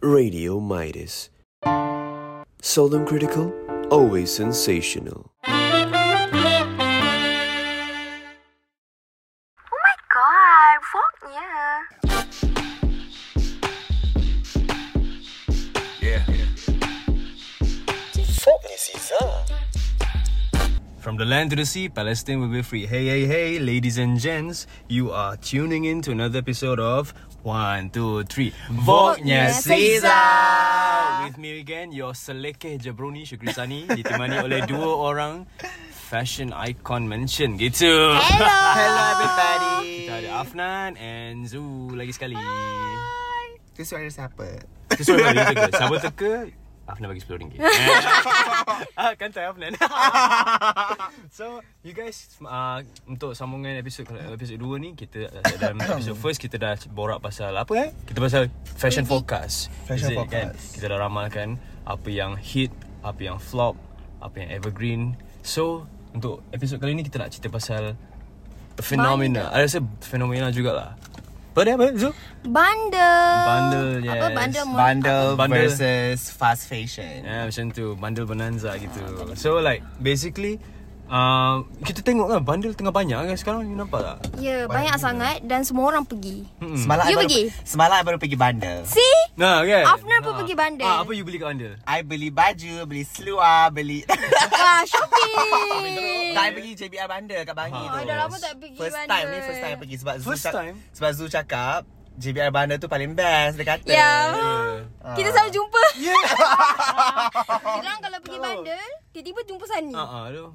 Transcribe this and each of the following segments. Radio Midas. Seldom critical, always sensational. Oh my god, vlognya. Yeah. From the land to the sea, Palestine will be free. Hey, hey, hey, ladies and gents, you are tuning in to another episode of One, Two, Three. Voknya Caesar! With me again, your selekeh Jabroni Syukrisani, ditemani oleh dua orang fashion icon mention gitu. Hello! Hello everybody. Kita ada Afnan and Zu lagi sekali. Itu suara siapa? Itu suara kali teka. Siapa teka? Afnan bagi Eh. RM10. ah, kan tak Afnan. so, you guys, uh, untuk sambungan episod episod 2 ni, kita uh, dalam episod first, kita dah borak pasal apa eh? Kita pasal fashion forecast. Is it, Fashion Kan? forecast. Kita dah ramalkan apa yang hit, apa yang flop, apa yang evergreen. So, untuk episod kali ni, kita nak cerita pasal fenomena. I rasa fenomena jugalah. Apa dia? Apa? Zul? Bundle. Bundle, Apa yes. bundle? Mon- Bundle, Bundle. versus fast fashion. Ya yeah, macam tu Bundle bonanza gitu So like Basically uh, Kita tengok kan Bundle tengah banyak kan Sekarang you nampak tak Ya, yeah, banyak sangat dan semua orang pergi. Hmm. Semalam I You baru, pergi? Semalam I baru pergi bundle. See? Nah kan Afnan pun Ah. pergi bundle. ah, Apa you beli kat bundle I beli baju, beli seluar, beli Wah, shopping. Tak, I beli JBR bundle kat Bangi Oh, tu. dah lama tak pergi First bundle. time ni first time I pergi sebab First Zul, cak- time? sebab Zul cakap JBR bundle tu paling best dia kata. Ya. yeah. Kita Ah. selalu jumpa. Ya. Kita kalau pergi bundle, tiba-tiba jumpa Sani. Ah ah tu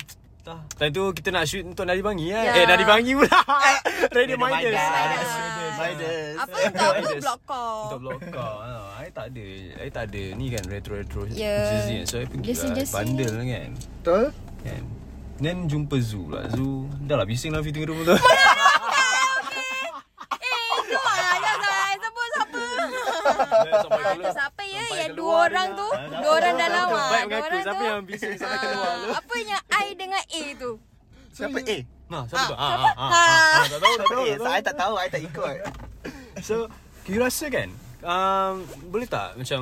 Tah. Time tu kita nak shoot untuk Nari Bangi kan Ya. Eh Nari Bangi pula Ah, Radio Radio Midas Midas. Radio Midas. Ah. Apa untuk apa Midas. blog kau? Untuk blog kau ah, I tak ada I tak ada Ni kan retro-retro Ya. jersey kan So I pergi Jersey-jersey. lah Bundle lah kan Betul? Kan Then jumpa Zoo lah Zoo Dah lah bising lah Fitting rumah tu Eh, keluar lah. Jangan sebut siapa. Sampai lah. Ada keluar. siapa ya Sampai yang dua keluar orang dia. tu? Ah, tak Dua orang apa, tak dalam apa. ah. Baik Dua mengaku, orang siapa tu. yang bising sampai keluar tu? Ah, Apa yang I dengan A tu? Siapa eh? Nah, siapa tu? Ah, ah, ah, Ah. ah, tak tahu, tak Siapa tahu, eh? tak So, tahu. I tak tahu, I tak ikut. So, you rasa kan? Um, boleh tak macam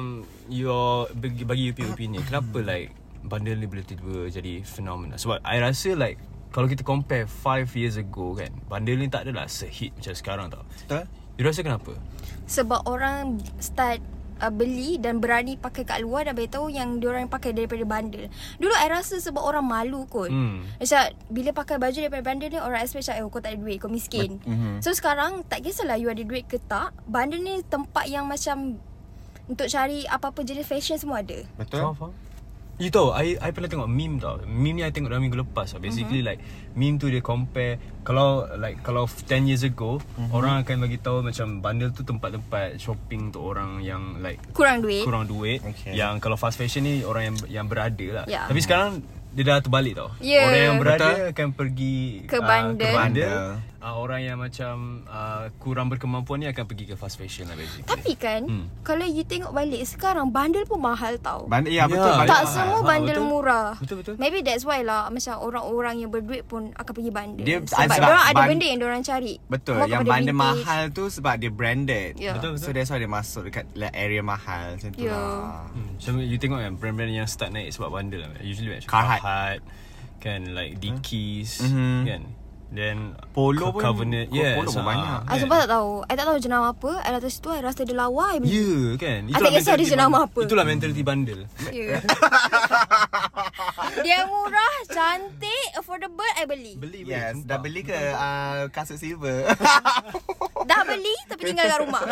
your bagi bagi you punya opinion kenapa like bundle ni boleh tiba jadi fenomena sebab I rasa like kalau kita compare 5 years ago kan bundle ni tak adalah sehit macam sekarang tau Betul? you rasa kenapa Sebab orang start uh, beli dan berani pakai kat luar dan beritahu yang diorang pakai daripada bundle. Dulu I rasa sebab orang malu kot. Hmm. Macam bila pakai baju daripada bundle ni orang expect macam eh kau tak ada duit, kau miskin. mhm. So sekarang tak kisahlah you ada duit ke tak, bundle ni tempat yang macam untuk cari apa-apa jenis fashion semua ada. Faham, faham. You tahu, I, I pernah tengok meme tau. Meme ni I tengok dah minggu lepas tau. Mhm. Basically mm-hmm. like, meme tu dia compare, kalau like kalau 10 years ago, Mhm. mm-hmm. orang akan bagi tahu macam bundle tu tempat-tempat shopping untuk orang yang like Kurang duit. kurang duit. Okay. Yang kalau fast fashion ni orang yang yang berada lah. Ya. Tapi sekarang dia dah terbalik tau. Ya. Orang yang berada Betul. akan pergi ah, Ke bandar. ke bandar. Bandar. Ah, orang yang macam uh, kurang berkemampuan ni akan pergi ke fast fashion lah basically. Tapi kan Hmm. kalau you tengok balik sekarang bundle pun mahal tau. Bundle, ya, betul. Ya, bundle tak mahal. Ah, semua bandel betul. murah. Betul, betul. Maybe that's why lah macam orang-orang yang berduit pun akan pergi bandel. Dia- sebab sebab orang ada ban- benda yang orang cari. Betul More Yang kepada bandar vintage. mahal tu Sebab dia branded Ya. Betul, betul. So that's why dia masuk Dekat like, area mahal Macam tu Ya. lah Hmm, Macam you tengok kan brand-brand yang start naik sebab bundle lah. Usually macam Carhartt. Carhartt kan like Dickies Mhm. kan. Then Co- Polo pun- Covenant. Co- Yes, Polo pun ah, banyak. I kan. sumpah tak tahu. I tak tahu jenama apa. I datang situ I rasa dia lawa. Ya I beli. yeah, kan. I tak kisah dia mentality jenama bundle. apa. Itulah mentality bundle. Yeah. Ya. dia murah, cantik, affordable I beli. Beli beli. Yes sumpah. Dah beli ke uh, Kasut silver Dah beli tapi tinggal kat rumah.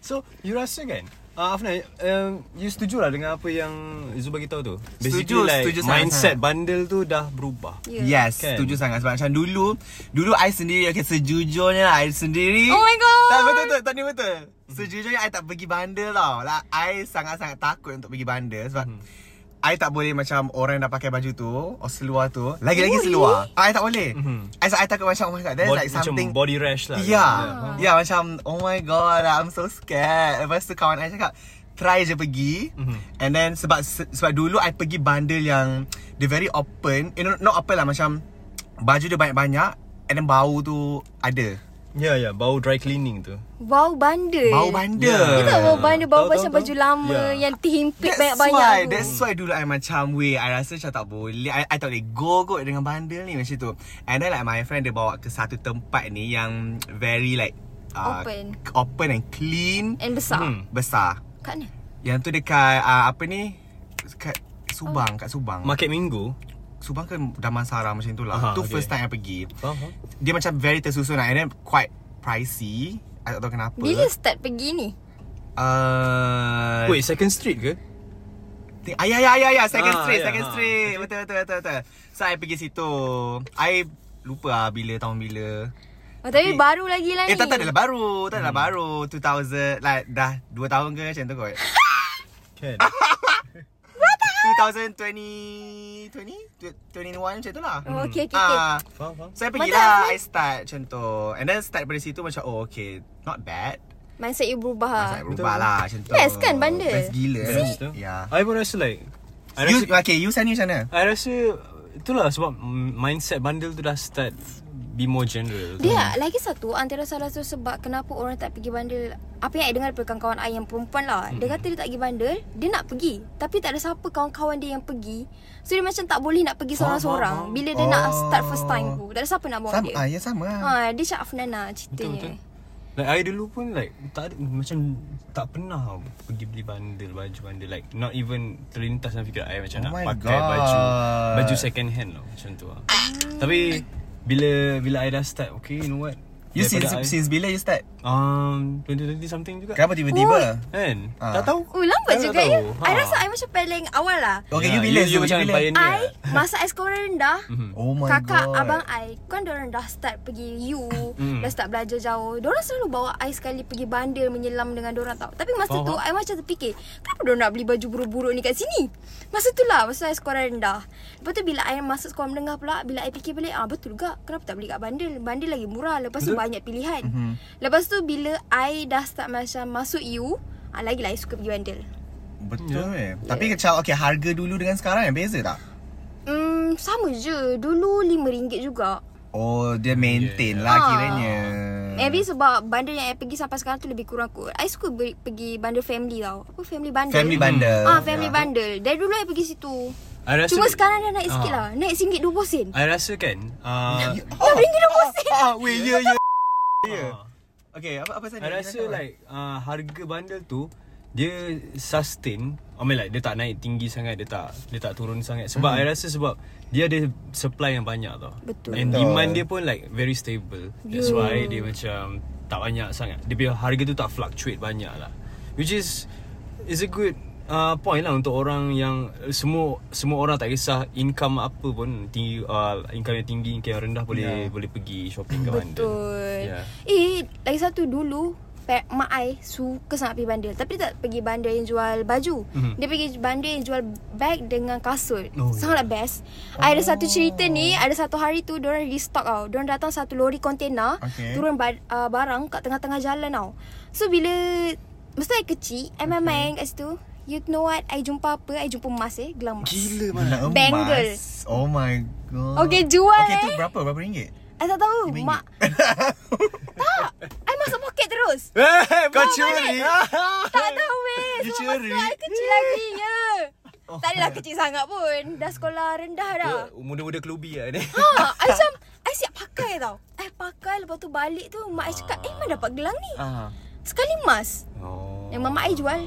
So you rasa kan Uh, Afna, um, you setuju lah dengan apa yang Izu bagi tahu tu? Basically Setuju, like setuju sangat-sangat. mindset bundle tu dah berubah. Yeah. Yes Kan? Setuju sangat Sebab macam dulu Dulu I sendiri Okay sejujurnya I sendiri Oh my god. Tak betul betul Tak ni betul Sejujurnya I tak pergi bandar tau lah, I sangat-sangat takut Untuk pergi bandar Sebab Hmm. I tak boleh macam Orang yang dah pakai baju tu Or seluar tu Oh, Lagi-lagi seluar Ah, I tak boleh Mhm. I, I takut macam Oh my god That's Bod- like something Macam body rash lah. Ya Ah. faham? Ya macam Oh my god I'm so scared Lepas tu kawan I cakap Try je pergi Mhm. And then Sebab sebab dulu I pergi bundle yang Dia very Eh, open You know Not open lah macam Baju dia banyak-banyak And then bau tu Ada Ya, ya. Bau dry cleaning tu. Bau bandar Bau bandar. Ya. Eh. Kita bau bandar Bau Tahu, tahu, macam tahu. baju lama Ya. Yang terhimpit That's banyak-banyak why tu. That's why dulu I macam Weh I rasa macam tak boleh I, I tak boleh go kot Dengan bandel ni macam tu And then like my friend Dia bawa ke satu tempat ni Yang very like uh, Open. Open and clean And besar hmm. Besar Kat mana? Yang tu dekat uh, Apa ni Kat Oh. Subang Kat Subang Market Minggu. Subang kan Damansara macam tu lah Aha, Tu okay. first time I pergi Faham, faham. Dia macam very tersusun lah And then quite pricey I tak tahu kenapa Bila start pergi ni? uh, Wait, second street ke? Ting- Ah, ya, ya, ya, ya. Second Ah, straight, ya, second ah. straight. Betul, betul, betul, betul. So, I pergi situ. I lupa lah bila tahun bila. Oh, tapi Tapi- baru lagi lah Eh, ni tak, tak adalah baru. Tak adalah Hmm. baru. 2000, like dah 2 tahun ke macam tu kot. Kan? Ah! 2020, 20? 21 macam tu lah. Oh, okay, okay, okay. Ah, Faham, faham. so, I Mantap, pergilah. lah, I start macam tu. And then, start dari situ macam, oh, okay. Not bad. Mindset you berubah Masa I Mindset. berubah lah macam tu. Ah. Best kan, bandar? Best gila. Best tu. Ya. I pun rasa like... I You, Ah, rasa, okay, you Sani macam mana? I rasa... Itulah sebab mm, mindset bundle tu dah start be more general. Dia lagi satu Antara salah satu sebab Kenapa orang tak pergi bandar Apa yang I dengar Daripada kawan-kawan I Yang perempuan lah Dia kata dia tak pergi bandar Dia nak pergi Tapi tak ada siapa Kawan-kawan dia yang pergi So dia macam tak boleh Nak pergi Faham, seorang-seorang faham. Bila dia nak Oh. start first time tu Tak ada siapa nak bawa Sama, dia ah, ya sama lah. ha, Dia macam Afnana Ceritanya Betul, betul. Like I dulu pun like tak ada, macam tak pernah tau pergi beli bundle baju bundle like not even terlintas dalam fikiran I macam Oh nak my pakai God. baju baju second hand lah macam tu lah. Tapi bila bila I dah start okay you know what You since, Daripada I- since bila you start? um 2020 something juga Kenapa tiba-tiba? kan Ah. tak tahu Oh lambat I tak juga ya tahu. I Ha. rasa I macam paling awal lah Okay, Ya, you bila? you, you Zul? macam bila? pioneer I Masa I sekolah rendah Oh my Kakak, god. abang I Kan diorang dah start pergi U Mm. Dah start belajar jauh Diorang selalu bawa I sekali pergi bandar Menyelam dengan diorang tau Tapi masa tu I macam terfikir Kenapa diorang nak beli baju buruk-buruk ni kat sini Masa tu lah Masa I sekolah rendah Lepas tu bila I masuk sekolah menengah pula Bila I fikir balik ah Betul juga Kenapa tak beli kat bandar Bandar lagi murah Lepas tu Betul. banyak pilihan Mhm. Lepas tu bila I dah start macam Masuk U ah, Lagilah I suka pergi bandar Betul eh. Ya. Tapi macam okay, harga dulu dengan sekarang yang beza tak? Hmm, sama je Dulu RM5 juga Oh, dia maintain lah Ah. kiranya. Maybe sebab bandar yang I pergi sampai sekarang tu lebih kurang kot. I suka ber- pergi bandar family tau. Apa family bundle? Family bundle. Ah, family bundle. Dari dulu I pergi situ. I Ya. rasa Cuma sekarang dah naik sikit lah. Ah. Naik RM1.20. sen. I rasa kan uh, Oh, ringgit dah pusing. Ah, wait, ya, ya. Ya. Okay, apa apa saja? I rasa like uh, harga bandel tu dia sustain. I mean like dia tak naik tinggi sangat, dia tak dia tak turun sangat. Sebab hmm. I rasa sebab dia ada supply yang banyak tau. Betul. And Betul. demand dia pun like very stable. That's yeah. why dia macam tak banyak sangat. Dia punya harga tu tak fluctuate banyak lah. Which is is a good uh, point lah untuk orang yang uh, semua semua orang tak kisah income apa pun tinggi uh, income yang tinggi income yang rendah boleh yeah. boleh pergi shopping ke bandel. Betul. Yeah. Eh, lagi satu dulu pa- mak I suka sangat pergi bandar Tapi dia tak pergi bandar yang jual baju mm-hmm. Dia pergi bandar yang jual bag dengan kasut oh, Oh, Sangatlah yeah. best oh. Ada satu cerita ni Ada satu hari tu Diorang restock tau Diorang datang satu lori kontena Okay. Turun ba- uh, barang kat tengah-tengah jalan tau So bila Masa I kecil I main-main kat situ You know what I jumpa apa I jumpa emas eh Gelang emas gila man. Bangle. Oh my god. Okay, jual, Okay, tu eh. berapa? Berapa ringgit? I tak tahu Mak I masuk poket terus Hey, Kau curi. Tak tahu weh You Sebab masa curi? tu I kecil lagi Ya oh. Tak adalah kecil sangat pun Dah sekolah rendah dah Dia Muda-muda kelubi lah ni Ha I macam I siap pakai tau I pakai Lepas tu balik tu Mak I cakap Eh mana dapat gelang ni Ah. Sekali emas oh. Yang mama I jual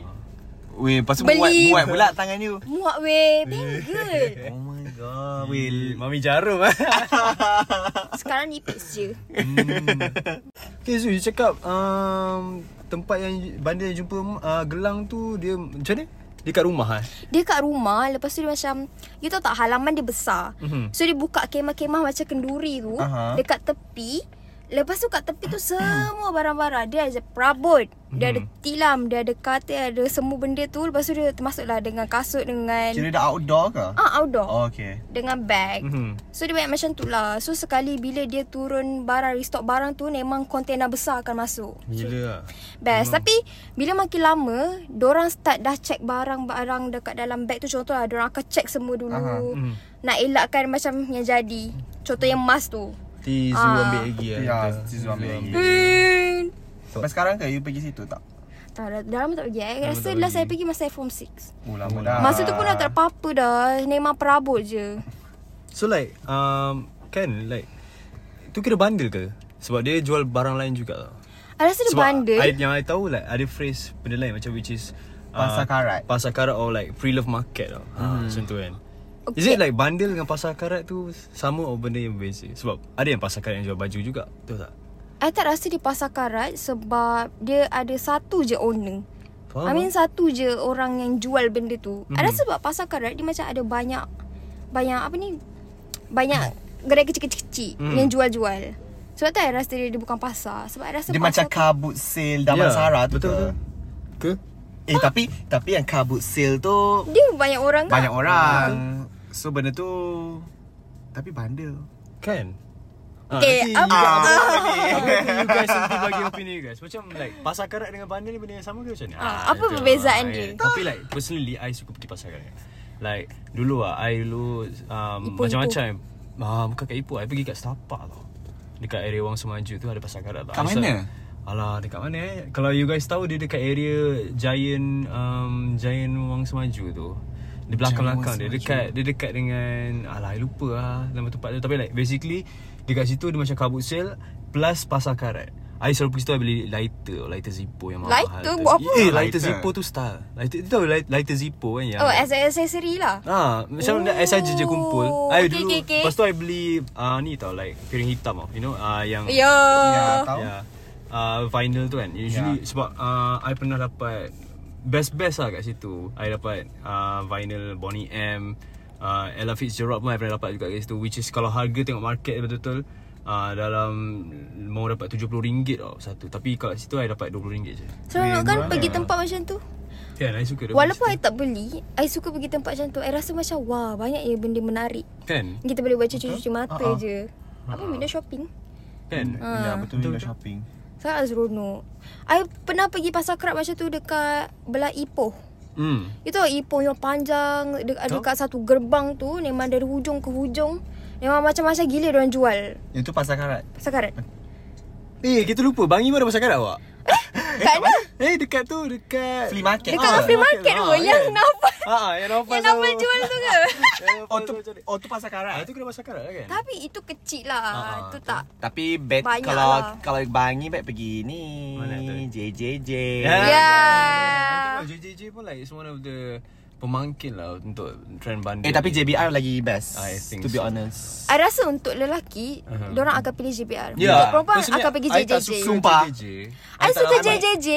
Weh, lepas tu Beli. muat muat pula tangan you. Muak weh Bangle Oh my god. Will Mami jarum ah. Sekarang nipis je Okay Zul You cakap um, Tempat yang Bandar yang jumpa uh, Gelang tu Dia macam mana? Dia kat rumah eh? Dia kat rumah Lepas tu dia macam You tahu tak Halaman dia besar Mhm. So dia buka kemah-kemah Macam kenduri tu Aha. Dekat tepi Lepas tu kat tepi tu Semua barang-barang Dia ada perabot Dia ada tilam Dia ada katil Ada semua benda tu Lepas tu dia termasuklah Dengan kasut Dengan Kira dah outdoor ke? Ah outdoor Oh, okay. Dengan bag Mhm. So dia banyak macam tu lah So sekali bila dia turun barang Restock barang tu Memang kontena besar akan masuk Gila lah Best Tapi Bila makin lama Diorang start dah check Barang-barang dekat dalam beg tu Contoh lah Diorang akan check semua dulu Aha. Nak elakkan macam yang jadi Contoh yang emas tu nanti Zoo Ah. ambil lagi lah Ya, kita. nanti Zoo ambil lagi. Hmm. Sampai sekarang ke you pergi situ tak? Tak, dah, dah lama tak pergi. I rasa last saya pergi masa saya form 6. Oh lama dah Masa tu pun dah tak ada apa-apa dah. Memang perabot je. So like um, Kan like Tu kira bandel ke? Sebab dia jual barang lain juga tau I rasa dia Sebab bandel. I, yang I tahu like Ada phrase benda lain Macam which is uh, Pasar karat. Pasar karat or like Pre-love market tau ha, Macam tu kan Is Okay. it like bandel dengan pasar karat tu Sama or benda yang berbeza Sebab ada yang pasar karat yang jual baju juga Betul tak? I tak rasa dia pasar karat sebab dia ada satu je owner. Faham I mean satu je orang yang jual benda tu. Mm-hmm. I rasa sebab pasar karat dia macam ada banyak banyak apa ni? Banyak gerai kecil-kecil mm. yang jual-jual. Sebab tu I rasa dia, dia bukan pasar. Sebab I rasa Dia pasar macam kabut sale Damansara tu betul, Ya, ke? betul. Ke? Eh tapi tapi yang kabut sale tu dia banyak orang kan? banyak orang. So benda tu tapi bandel. Kan? Ah, Okay, nanti- apa- Ah. Apa tu you guys nanti bagi opini you guys Macam like Pasar karat dengan bandar ni Benda yang sama ke macam ni? Ah, Ah, apa perbezaan dia? Tapi like Personally I suka pergi pasar karat Like Dulu lah I dulu um, Ipoh, Macam-macam ah, Bukan kat Ipoh I pergi kat Setapak tau Dekat area Wang Semaju tu Ada pasar karat tau Kat I mana? start- Alah dekat mana eh Kalau you guys tahu Dia dekat area Giant um, Giant Wang Semaju tu Di belakang-belakang dia Dekat Dia dekat dengan Alah I lupa lah Nama tempat tu Tapi like basically Dekat situ dia macam kabut sale Plus pasar karat I selalu pergi situ I beli lighter Lighter Zippo yang mahal Lighter tu. buat apa? Eh lighter Lighter. Zippo tu style Lighter Tu tahu light- lighter Zippo kan yang Oh, as a accessory lah. Ah, macam oh. I saja je kumpul. Okay, I dulu. okay, okay. Lepas tu I beli ah ni tau like piring hitam tau. You know ah yang Yo. Ya, tahu. Ya. Uh, vinyl tu kan Usually yeah. sebab uh, I pernah dapat Best-best lah kat situ I dapat uh, vinyl Bonnie M uh, Ella Fitzgerald pun I pernah dapat juga kat situ Which is kalau harga tengok market betul-betul uh, Dalam Mau dapat RM70 tau satu Tapi kalau kat situ I dapat RM20 je Seronok kan pergi tempat macam tu? Kan I suka dia Walaupun I kat situ. tak beli, I suka pergi tempat macam tu. I rasa macam wah, banyak ya benda menarik. Kan Kita boleh buat cuci-cuci mata je. Apa window shopping? Kan Hmm. Ya betul juga shopping. Sangat seronok. I pernah pergi pasar kerap macam tu dekat belah Ipoh. hmm. You tahu Ipoh yang panjang dekat, oh. dekat satu gerbang tu memang dari hujung ke hujung. Memang macam-macam gila orang jual Yang tu pasar karat. pasar karat. Eh kita lupa Bangi pun ada pasal karat awak Kat mana? Eh dekat tu Dekat Flea market. Dekat Ah, ah, free market tu ah, yang kan? nampak Ah, yang Nova yang nampak jual tu ke? Oh tu oh tu pasar Ah, karat. itu kena pasal karat lah kan? Tapi itu kecil lah. Ah, tu tak. Tapi bet Banyak lah. kalau kalau bangi bet pergi ni. Mana tu? JJJ. Ya. Ya. Nanti kalau JJJ pun like It's one of the Pemangkin lah Untuk trend bandar Eh tapi JBR lagi best. I think to be so. honest. I rasa untuk lelaki, uh-huh. orang akan pilih JBR. Ya. Untuk perempuan Personally, akan pergi I JJJ. tak suka Sumpah. JJJ. I tak suka ramai. JJJ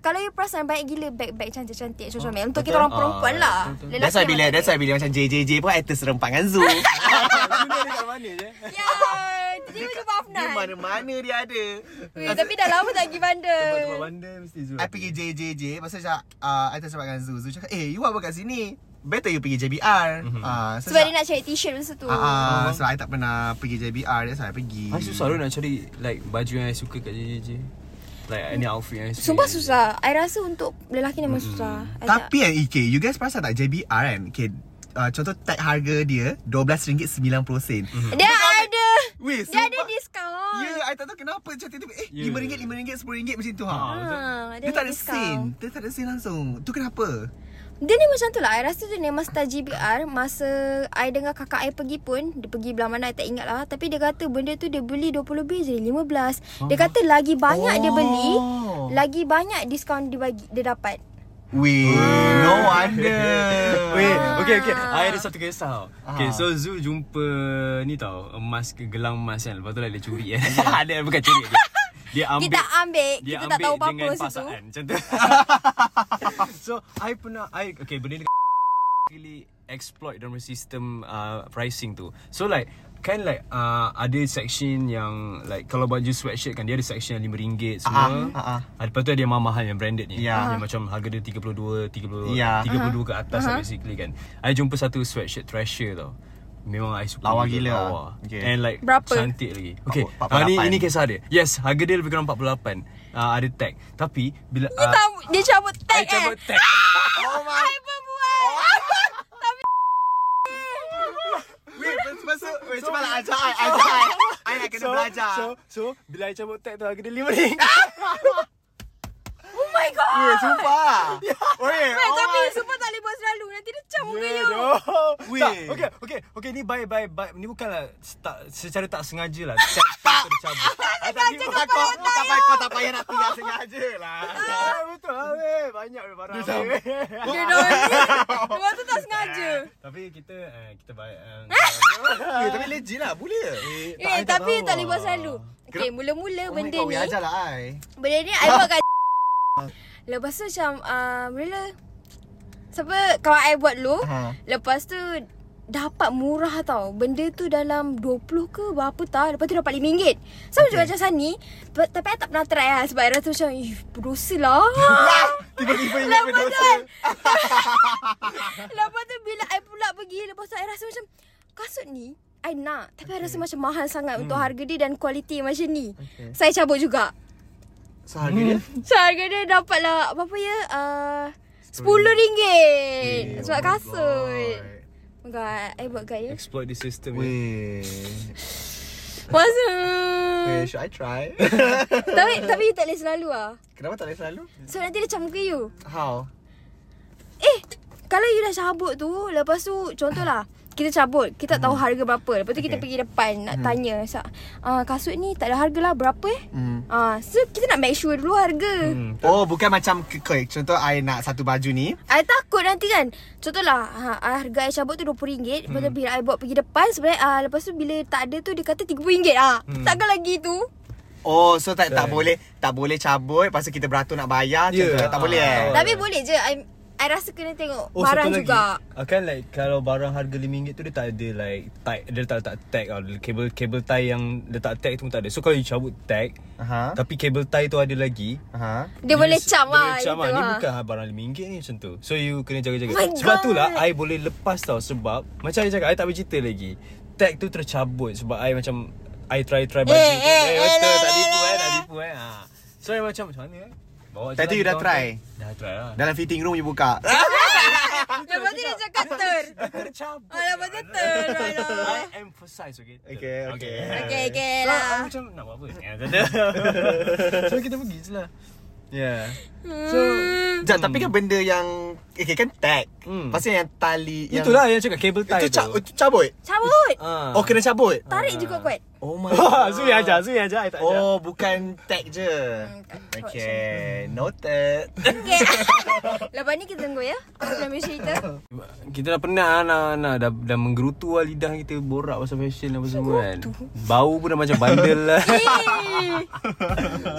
Kalau you perasan Banyak gila bag-bag cantik-cantik Comel-comel Untuk kita betul. orang perempuan Ah, lah betul, betul. That's why bila that's "Ya, why bila macam JJJ pun I terserempak dengan Zoo. Junior dekat mana je? Ya Dia macam Dia Pafnan mana-mana dia ada. Weh, Tapi dah lama tak pergi bandar Tempat bandar mesti Zul. I pergi JJJ pasal macam uh, I terserempak dengan Zoo. Zoo cakap, "Eh, you apa kat sini? Better you pergi JBR." Ah, so Sebab dia macam- nak cari t-shirt masa tu Ah, ah, so I tak pernah pergi JBR, that's why I pergi. I susah tu nak cari like baju yang I suka kat JJJ. Like any outfit yang I suka. Sumpah susah I rasa untuk lelaki memang susah I tak- Hmm. Tapi yang EK You guys perasan tak JBR kan okay, uh, Contoh tag harga dia RM12.90 Mhm. mm-hmm. Dia ada Weh Dia ada Ya diskaun yeah, I tak tahu kenapa Macam tiba-tiba Eh Ya. RM5 RM5 RM10 macam tu ha. Ah, Ha, Dia tak ada diskaun. sen Dia tak ada sen langsung Tu kenapa Dia ni macam tu lah I rasa dia ni Masa JBR Masa I dengar kakak I pergi pun Dia pergi belah mana I tak ingat lah Tapi dia kata benda tu Dia beli 20 lebih je 15 Dia kata lagi banyak oh. dia beli Oh. Lagi banyak diskaun dia, bagi, dia dapat Weh No wonder Wait, okay, okay. I ada satu kisah tau. Okay, so Zul jumpa ni tau, emas ke gelang emas kan. Lepas tu lah dia curi kan. dia bukan curi. Dia, dia ambil. Kita ambil Dia Kita ambil tak tahu apa-apa dengan situ pasangan. Macam tu. so, I pernah, I, okay, benda ni really exploit dalam sistem uh, pricing tu. So like kan like uh, ada section yang like kalau baju sweatshirt kan dia ada section yang RM5 semua. Ah, ah, ah. Ah, Lepas tu ada yang mahal yang branded ni. Ya. Yang macam harga dia 32, 30, Ya. 32 ke atas lah basically kan. I jumpa satu sweatshirt Thrasher tau. Memang I suka Lawa gila, gila. lawa. Okay. And like Berapa? cantik lagi Okay Empat- ah, ni, 48. ini kisah dia Yes harga dia lebih kurang 48 uh, Ada tag Tapi bila Dia ah, tahu Dia cabut I tag eh cabut tag Oh my I pun buat Tapi Wait, masa, masa, wait, cepat lah, ajak I, ajak I. I nak kena belajar. So, so bila I cabut tag tu, I kena lima ring. Ah, Oh my god. Weh, sumpah lah. Weh, Weh, oh tapi my. sumpah tak boleh buat selalu. Nanti dia cam muka Yeah, you. doh. Weh. Tak, okay, okay, okay. Ni by by by. Ni bukanlah tak, secara tak sengaja lah. Tag tag tu I tak Ah, dicabut. Sengaja tipu kau kau. pakai Tak payah, kau tak payah nak tinggal sengaja lah. Ah, betul lah weh. Banyak weh barang weh. Dia dah ni. Dua tu tak sengaja. Tapi kita eh, kita baik. eh, Weh, tapi legit lah. Boleh ke? tak, I Eh, tak tapi tahu tak boleh buat lah. selalu. Okay, mula-mula Oh my benda God, ni. weh, ajar lah I. Benda ni I buat kat Lepas tu macam uh, Bila Siapa Kawan I buat dulu Ha. Lepas tu Dapat murah tau Benda tu dalam 20 ke berapa tak Lepas tu dapat RM5 Sama juga macam Sani But, Tapi I tak pernah try lah Sebab I rasa macam Ih berdosa lah Tiba-tiba ingat Lepas tu berdosa. I- Lepas tu bila I pula pergi Lepas tu I rasa macam Kasut ni I nak Tapi I rasa macam mahal sangat Untuk harga dia dan kualiti macam ni Okay. Saya cabut juga So, harga dia? So harga dia dapatlah apa-apa ya uh, Hmm. Eh, RM10 Sebab kasut Oh my god I buat ya? gaya Exploit the system. eh. Weh. Masa Weh, should I try? Tapi tapi you tak boleh selalu lah Kenapa tak boleh selalu? So nanti dia cam muka you How? Eh Kalau you dah cabut tu Lepas tu Contohlah Kita cabut Kita tak tahu harga berapa Lepas tu kita Hmm. Okay. pergi depan Nak tanya Sa, uh, Kasut ni tak ada harga lah Berapa eh Hmm. uh, So kita nak make sure dulu harga Hmm. Oh, bukan macam kekoi. Contoh, I nak satu baju ni. I takut nanti kan Contohlah ha, Harga I cabut tu RM20 Lepas Hmm. tu bila I bawa pergi depan Sebenarnya uh, Lepas tu bila tak ada tu Dia kata RM30 ah. Hmm. Takkan lagi tu Oh, so tak tak Betul. boleh tak boleh cabut. Lepas tu kita beratur nak bayar. Ya. Yeah. Contoh, tak boleh eh. Oh. Tapi boleh je I, I rasa kena tengok Oh, Barang satu juga lagi. Ah, Kan like kalau barang harga RM5 tu dia tak ada like tag, dia tak letak tag tau. Kabel kabel tie yang letak tag tu pun tak ada. So kalau you cabut tag, Aha. tapi kabel tie tu ada lagi. Aha. Dia boleh cam dia lah boleh cam gitu Ni lah. bukan barang RM5 ni macam tu. So you kena jaga-jaga. Oh my sebab God. tu lah I boleh lepas tau sebab macam I cakap I tak bercerita lagi. Tag tu tercabut sebab I macam I try-try Eh, baju. eh, tu. eh, betul eh, tak tipu eh, eh, tak eh. tipu eh. Ha. So I macam macam mana eh? Bawa je Tadi lah you dah kawan try? tu. Dah try lah. Dalam fitting room you buka. Ah. Lepas tu dia cakap ter Tercabut. Ah, lepas tu ter I emphasize okay. Okay, okay. Okay okay So, lah aku macam nak buat apa? Ya, tak ada. so kita pergi je lah. Yeah. Hmm. So Sekejap, tapi kan benda yang Okay, kan tag Hmm. Pasal yang tali yang, itulah yang cakap cable Itu, tie tu. ca- itu cabut Cabut Ah. Oh, kena cabut Tarik juga kuat Oh my Wah, Zui ajar, Zui ajar, I tak ajar. Oh, bukan tag je Hmm, Okay, noted Okay Lepas ni kita tunggu ya Aku ambil cerita Kita dah penat lah, nak, nak, dah, dah menggerutu lah lidah kita borak pasal fashion apa semua kan. Bau pun dah macam bandel lah. Eh.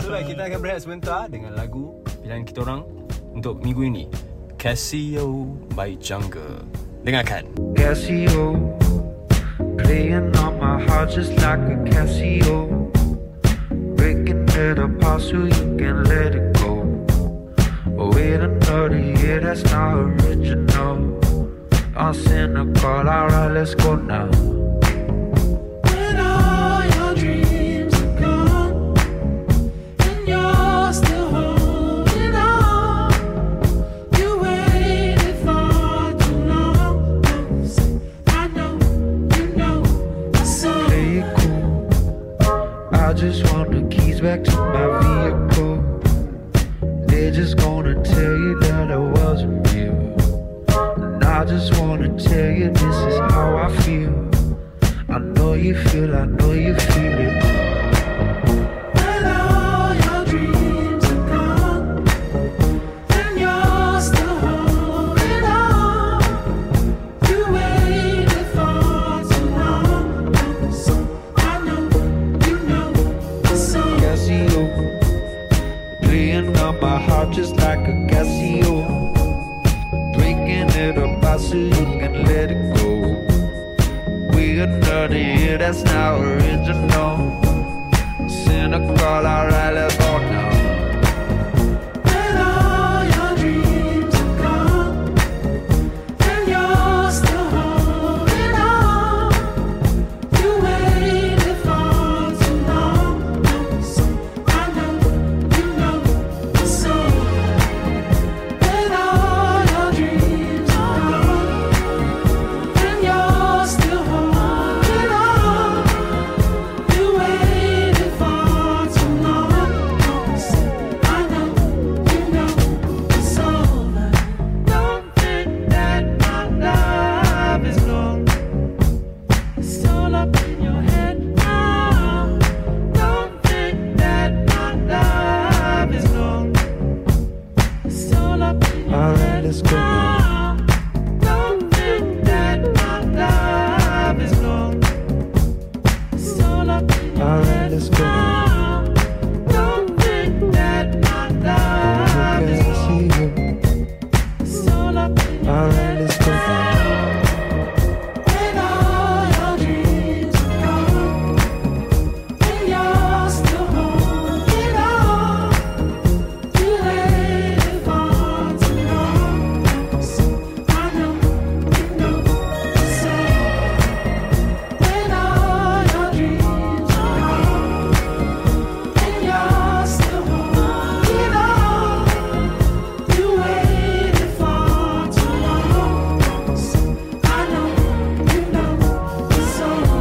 so lah, kita akan berehat sebentar dengan lagu pilihan kita orang untuk minggu ini. Casio by Jungkook. Dengarkan. Casio Playing on my heart just like a Casio Breaking it apart so you can let it go Oh, Wait another year, that's not original I'm cynical, alright let's go now When all your dreams are gone And you're still holding on you waited for too long. I know, you know, I saw. Play it cool. I just want the keys back to my vehicle. They're just gonna tell you that I wasn't real. And I just wanna tell you this is how I feel. I know you feel, I know you feel it. When all your dreams are gone. And you're still holding on. You waited for too long. I know, you know, it's so. Casio, playing on my heart just like a Casio, breaking it apart so you can let it go. We another year that's not original. Cynical, alright, let's go now. When all your dreams are gone and you're still holding on, you waited for too long. I know, you know, so. When all your dreams are gone and you're still holding on, you Alright, let's go now. Alright, let's go now. Okay, I see you. Alright, let's go now.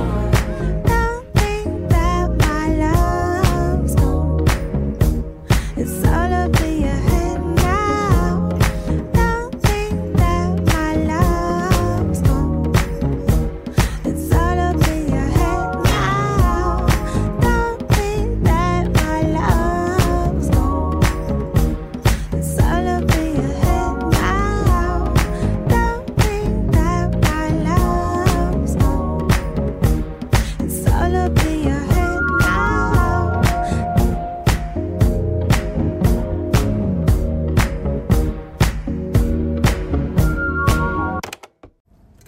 Don't think that my love's gone. It's all up in your head now. Don't think that my love's gone. It's all up in your head now. Don't think that my love's gone. It's all up in your head now. Don't think that my love's gone. It's all up in your head now.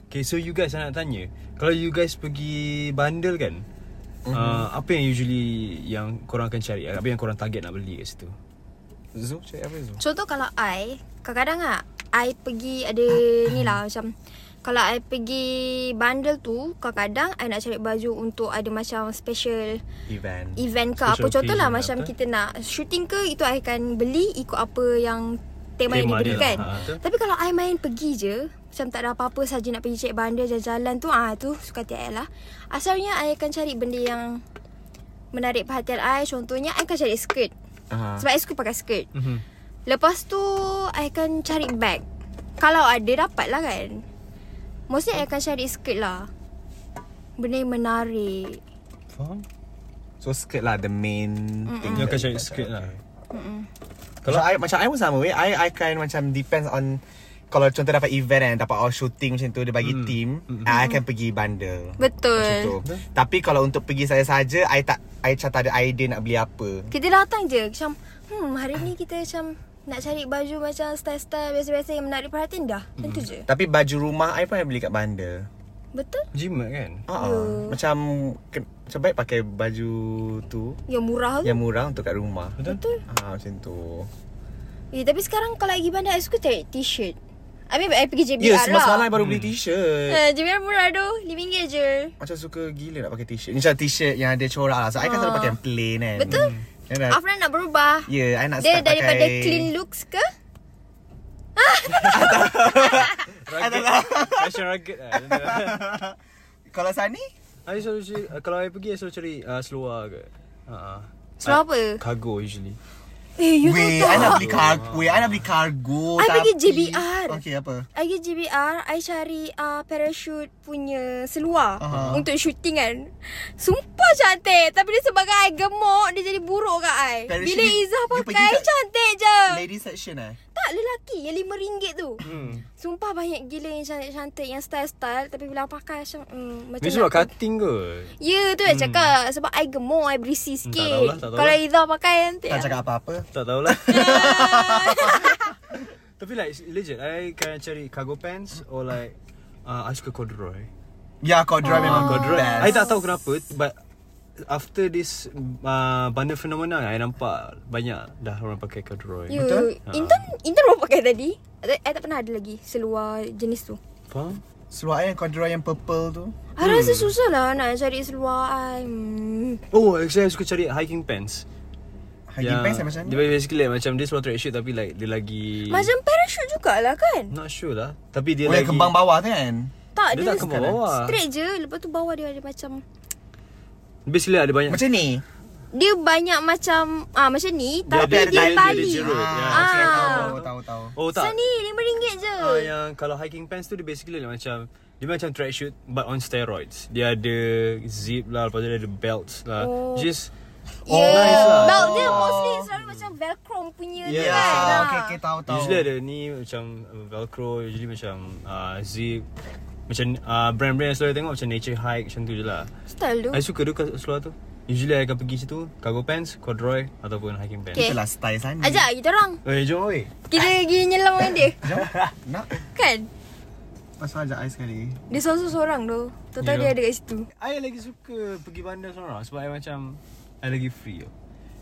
Okay, so you guys I nak tanya Kalau you guys pergi bandel kan mm-hmm. uh, Apa yang usually yang korang akan cari Apa yang korang target nak beli kat situ Zul cakap apa Zul? Contoh kalau I Kadang-kadang lah I pergi ada ni lah macam Kalau I pergi bandel tu Kadang-kadang I nak cari baju untuk ada macam special Event event ke Special apa Contoh lah occasion macam apa. kita nak shooting ke Itu I akan beli ikut apa yang tema, yang Tema dia dia berikan lah, ha, betul. Tapi kalau I main pergi je Macam tak ada apa-apa saja nak pergi cek bandar jalan-jalan tu ah tu suka hati I lah Asalnya I akan cari benda yang menarik perhatian I Contohnya I akan cari skirt Aha. Sebab I suka pakai skirt mm-hmm. Lepas tu I akan cari bag Kalau ada dapat lah kan Mostly I akan cari skirt lah Benda yang menarik Faham? So skirt lah the main mm thing You akan that- cari skirt lah Kalau I, macam I pun sama weh. I I kind macam depends on kalau contoh dapat event kan dapat all shooting macam tu dia bagi Hmm. team I akan pergi bundle macam tu. Betul Tapi kalau untuk pergi saya saja I tak I macam tak ada idea nak beli apa Kita datang je Macam Hmm hari ni kita macam Nak cari baju macam Style-style biasa-biasa Yang menarik perhatian dah Macam tu je Tapi baju rumah I pun I beli kat bundle Betul Jimat kan Ah, Ya. Macam ke- Macam baik pakai baju tu Yang Ya, murah tu Yang murah untuk kat rumah Betul. Betul Ah, Macam tu eh, Tapi sekarang kalau I pergi bandar I suka cari t-shirt I mean I pergi JBR Ya yeah, yeah, semalam lah I baru beli Hmm. t-shirt Eh, JBR murah tu RM5 je Macam suka gila nak pakai t-shirt Macam t-shirt yang ada corak lah So I kan selalu Ah. pakai yang plain kan Betul. Ya dah. Afnan nak berubah Ya yeah, I nak Dia start daripada pakai clean looks ke Rugged Fashion rugged lah Kalau Sani I selalu cari, uh, Kalau I pergi I selalu cari uh, Seluar ke uh, Seluar apa? Cargo usually Eh you Weh, tahu I tak nak beli kargo Weh, I nak beli kargo I pergi tapi- JBR. Okay, apa? I pergi JBR I cari uh, parachute punya seluar Aha. Untuk shooting kan Sumpah cantik Tapi dia sebagai I gemuk Dia jadi buruk kat I Parachute Bila you- Izzah you pergi pakai kat- Cantik je Lady section eh? Tak lelaki Yang lima ringgit tu hmm. Sumpah banyak gila yang cantik-cantik Yang style-style Tapi bila I pakai macam mm, Macam Ni seluar nak- cutting ke Ya tu dah cakap Sebab I gemuk I berisi sikit tahulah, Hmm. tak lah. tahulah. Kalau Izzah pakai nanti Tak cakap apa-apa Tak tahulah Ya. Tapi like legit I kan cari cargo pants Or like uh, I suka corduroy Ya, Ah. corduroy memang Oh. Corduroy best I tak tahu kenapa But After this uh, Bandar fenomena I nampak Banyak dah orang pakai corduroy You Betul? Intan Intan baru pakai tadi I, I tak pernah ada lagi Seluar jenis tu Uh, Faham? Seluar I yang corduroy yang purple tu I rasa Hmm. susah lah Nak cari seluar I hmm. Oh actually I suka cari hiking pants Hiking pants eh, macam Ya. Dia ni basically like, macam Dia seluar tracksuit Tapi like dia lagi Macam parachute jugalah kan Not sure lah Tapi dia Oh, yang lagi kembang bawah tu kan? Tak Dia dia, tak kembang bawah Straight je Lepas tu bawah dia ada macam Basically ada banyak Macam ni Dia banyak macam ah Macam ni Dia Tapi ada- dia, dia ada- tali dia jerut. Ya, Ah. okay, tahu, tahu, tahu Oh tak Sini RM5 je Ya. Ah, yang kalau hiking pants tu dia basically like macam dia macam tracksuit but on steroids. Dia ada zip lah, lepas tu dia ada belts lah. Oh. Just Oh, nice lah. Belt dia mostly selalu macam velcro punya yeah. kan. Yeah. Ah, Ah. okay, okay, tahu, tahu. Usually ada ni macam uh, velcro, usually macam uh, zip. Macam uh, brand-brand yang selalu tengok macam nature hike macam tu je lah. Style tu. I suka tu kat seluar tu. Usually I akan pergi situ, cargo pants, corduroy ataupun hiking pants. Okay. Itulah style sana. Ajak kita orang. Eh, jom weh. Kita pergi nyelam dengan dia. Nak? Kan? Pasal ajak I sekali. Dia seorang seorang tu. Tahu tahu Yeah. dia ada kat situ. I lagi suka pergi bandar seorang sebab I macam I lagi free tau.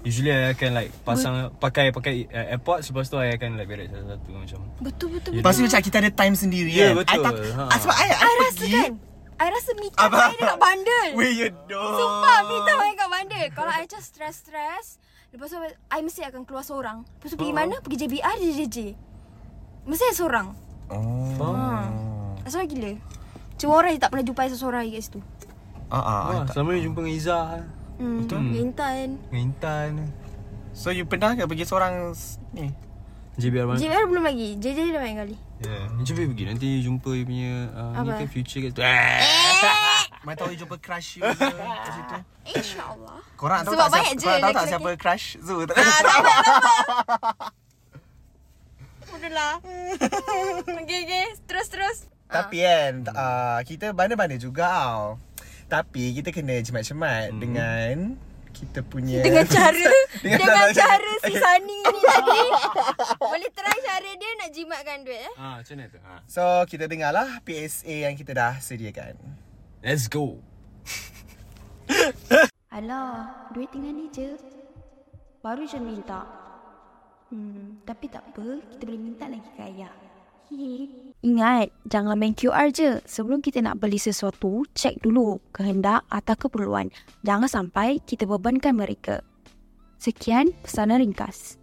Usually I akan like pasang pakai pakai uh, AirPods lepas tu I akan like berak satu-satu macam. Betul betul You betul. Lepas tu macam kita ada time sendiri Ya, kan. betul. I tak, Ha. ha. Sebab I, I, I rasa pergi. kan. I rasa Mita saya dekat bandel. Weh, you don't. Sumpah Mita main kat bandel. Kalau I just stress-stress, lepas tu I mesti akan keluar seorang. Lepas tu pergi mana? Pergi JBR, JJJ. Mesti I seorang. Ah, Oh. Hmm. Ha. Seorang gila. Cuma orang je tak pernah jumpa I seorang lagi kat situ. Ah, ah, I Ah, tak. selama ni jumpa dengan Izzah, Hmm. Betul. Intan. dengan Intan, So you pernah ke pergi seorang s- ni? JBR Bandar. JBR belum lagi. JJJ dah main kali. Yeah. Cuba pergi nanti jumpa you punya uh, ni Apa? ke future kat situ. Eh. Mana tahu you jumpa crush you ke kat situ. InsyaAllah. Korang tahu Sebab tak banyak siapa, je korang tahu tak lelaki-lelaki. siapa crush Zul? Tak Ah, tak apa, tak apa. Udah lah. okay, okay. Terus, terus. Tapi kan uh, Kita bandar-bandar juga tau Tapi kita kena Hmm. cemat-cemat Dengan Kita punya Dengan cara Dengan Dengan, cara- cara si Sani ni tadi Boleh try cara dia nak jimatkan duit eh Ah, macam mana tu? Ah. So kita dengarlah PSA yang kita dah sediakan Let's go. Alah, duit tinggal ni je. Baru je minta. Hmm, tapi tak apa, kita boleh minta lagi ke ayah. Hihi. Ingat, jangan main QR je. Sebelum kita nak beli sesuatu, cek dulu kehendak atau keperluan. Jangan sampai kita bebankan mereka. Sekian pesanan ringkas.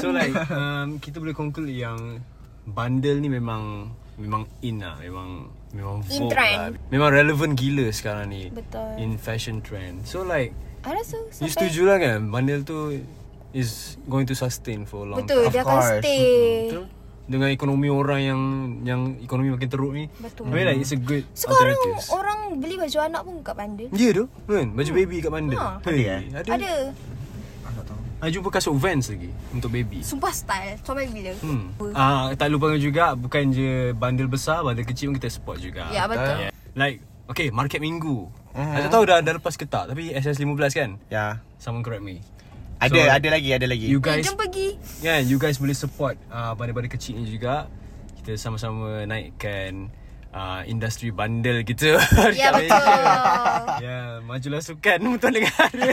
So like um, kita boleh conclude yang bundle ni memang memang in lah, memang memang In vogue trend. Lah. Memang relevant gila sekarang ni. Betul. In fashion trend. So like I rasa you setuju lah kan bundle tu is going to sustain for a long Betul Of dia akan course. stay time. Betul? Dengan ekonomi orang yang yang ekonomi makin teruk ni. Betul. I mean, like it's a good Sekarang alternatives. orang beli baju anak pun kat bandar Ya tu kan Baju baby kat bandar Ha. Hey, Ada eh? Ada Ada Saya jumpa kasut Vans lagi Untuk baby Sumpah style Sampai bila Hmm. Ah, tak lupakan juga bukan je bandel besar, bandel kecil pun kita support juga. Ya betul Yeah. Like okay, market minggu. Uh-huh. Ah. I tak tahu dah dah lepas ke tak, tapi SS15 kan? Ya Someone correct me. Ada, So, ada lagi, ada lagi Eh, You guys Jom pergi yeah, Kan, you guys boleh support uh, bandar-bandar kecil ni juga. Kita sama-sama naikkan uh, industri bandel kita. Ya dekat Ya, betul Malaysia. yeah, majulah sukan untuk negara.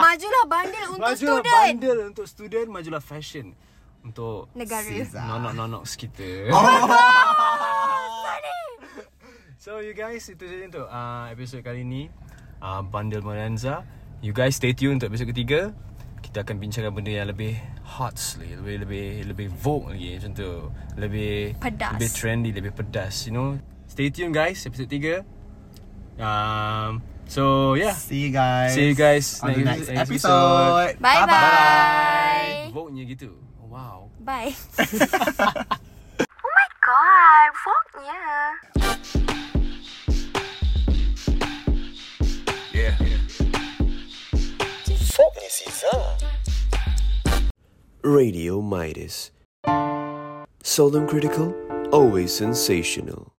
Majulah bandar untuk majulah student bandel untuk student, majulah fashion untuk Negara Nonak-nonak sekitar So you guys Itu saja untuk uh, Episod kali ni uh, Bundle Bonanza You guys stay tune Untuk episod ketiga Kita akan bincangkan Benda yang lebih Hot lagi Lebih Lebih lebih vogue lagi Macam tu Lebih Pedas. Lebih trendy Lebih pedas You know Stay tune guys Episod tiga um, So yeah See you guys See you guys On the next next episode. episode Bye bye Vogue-nya gitu Wow Bye Oh Radio Midas. Solum Critical, always sensational.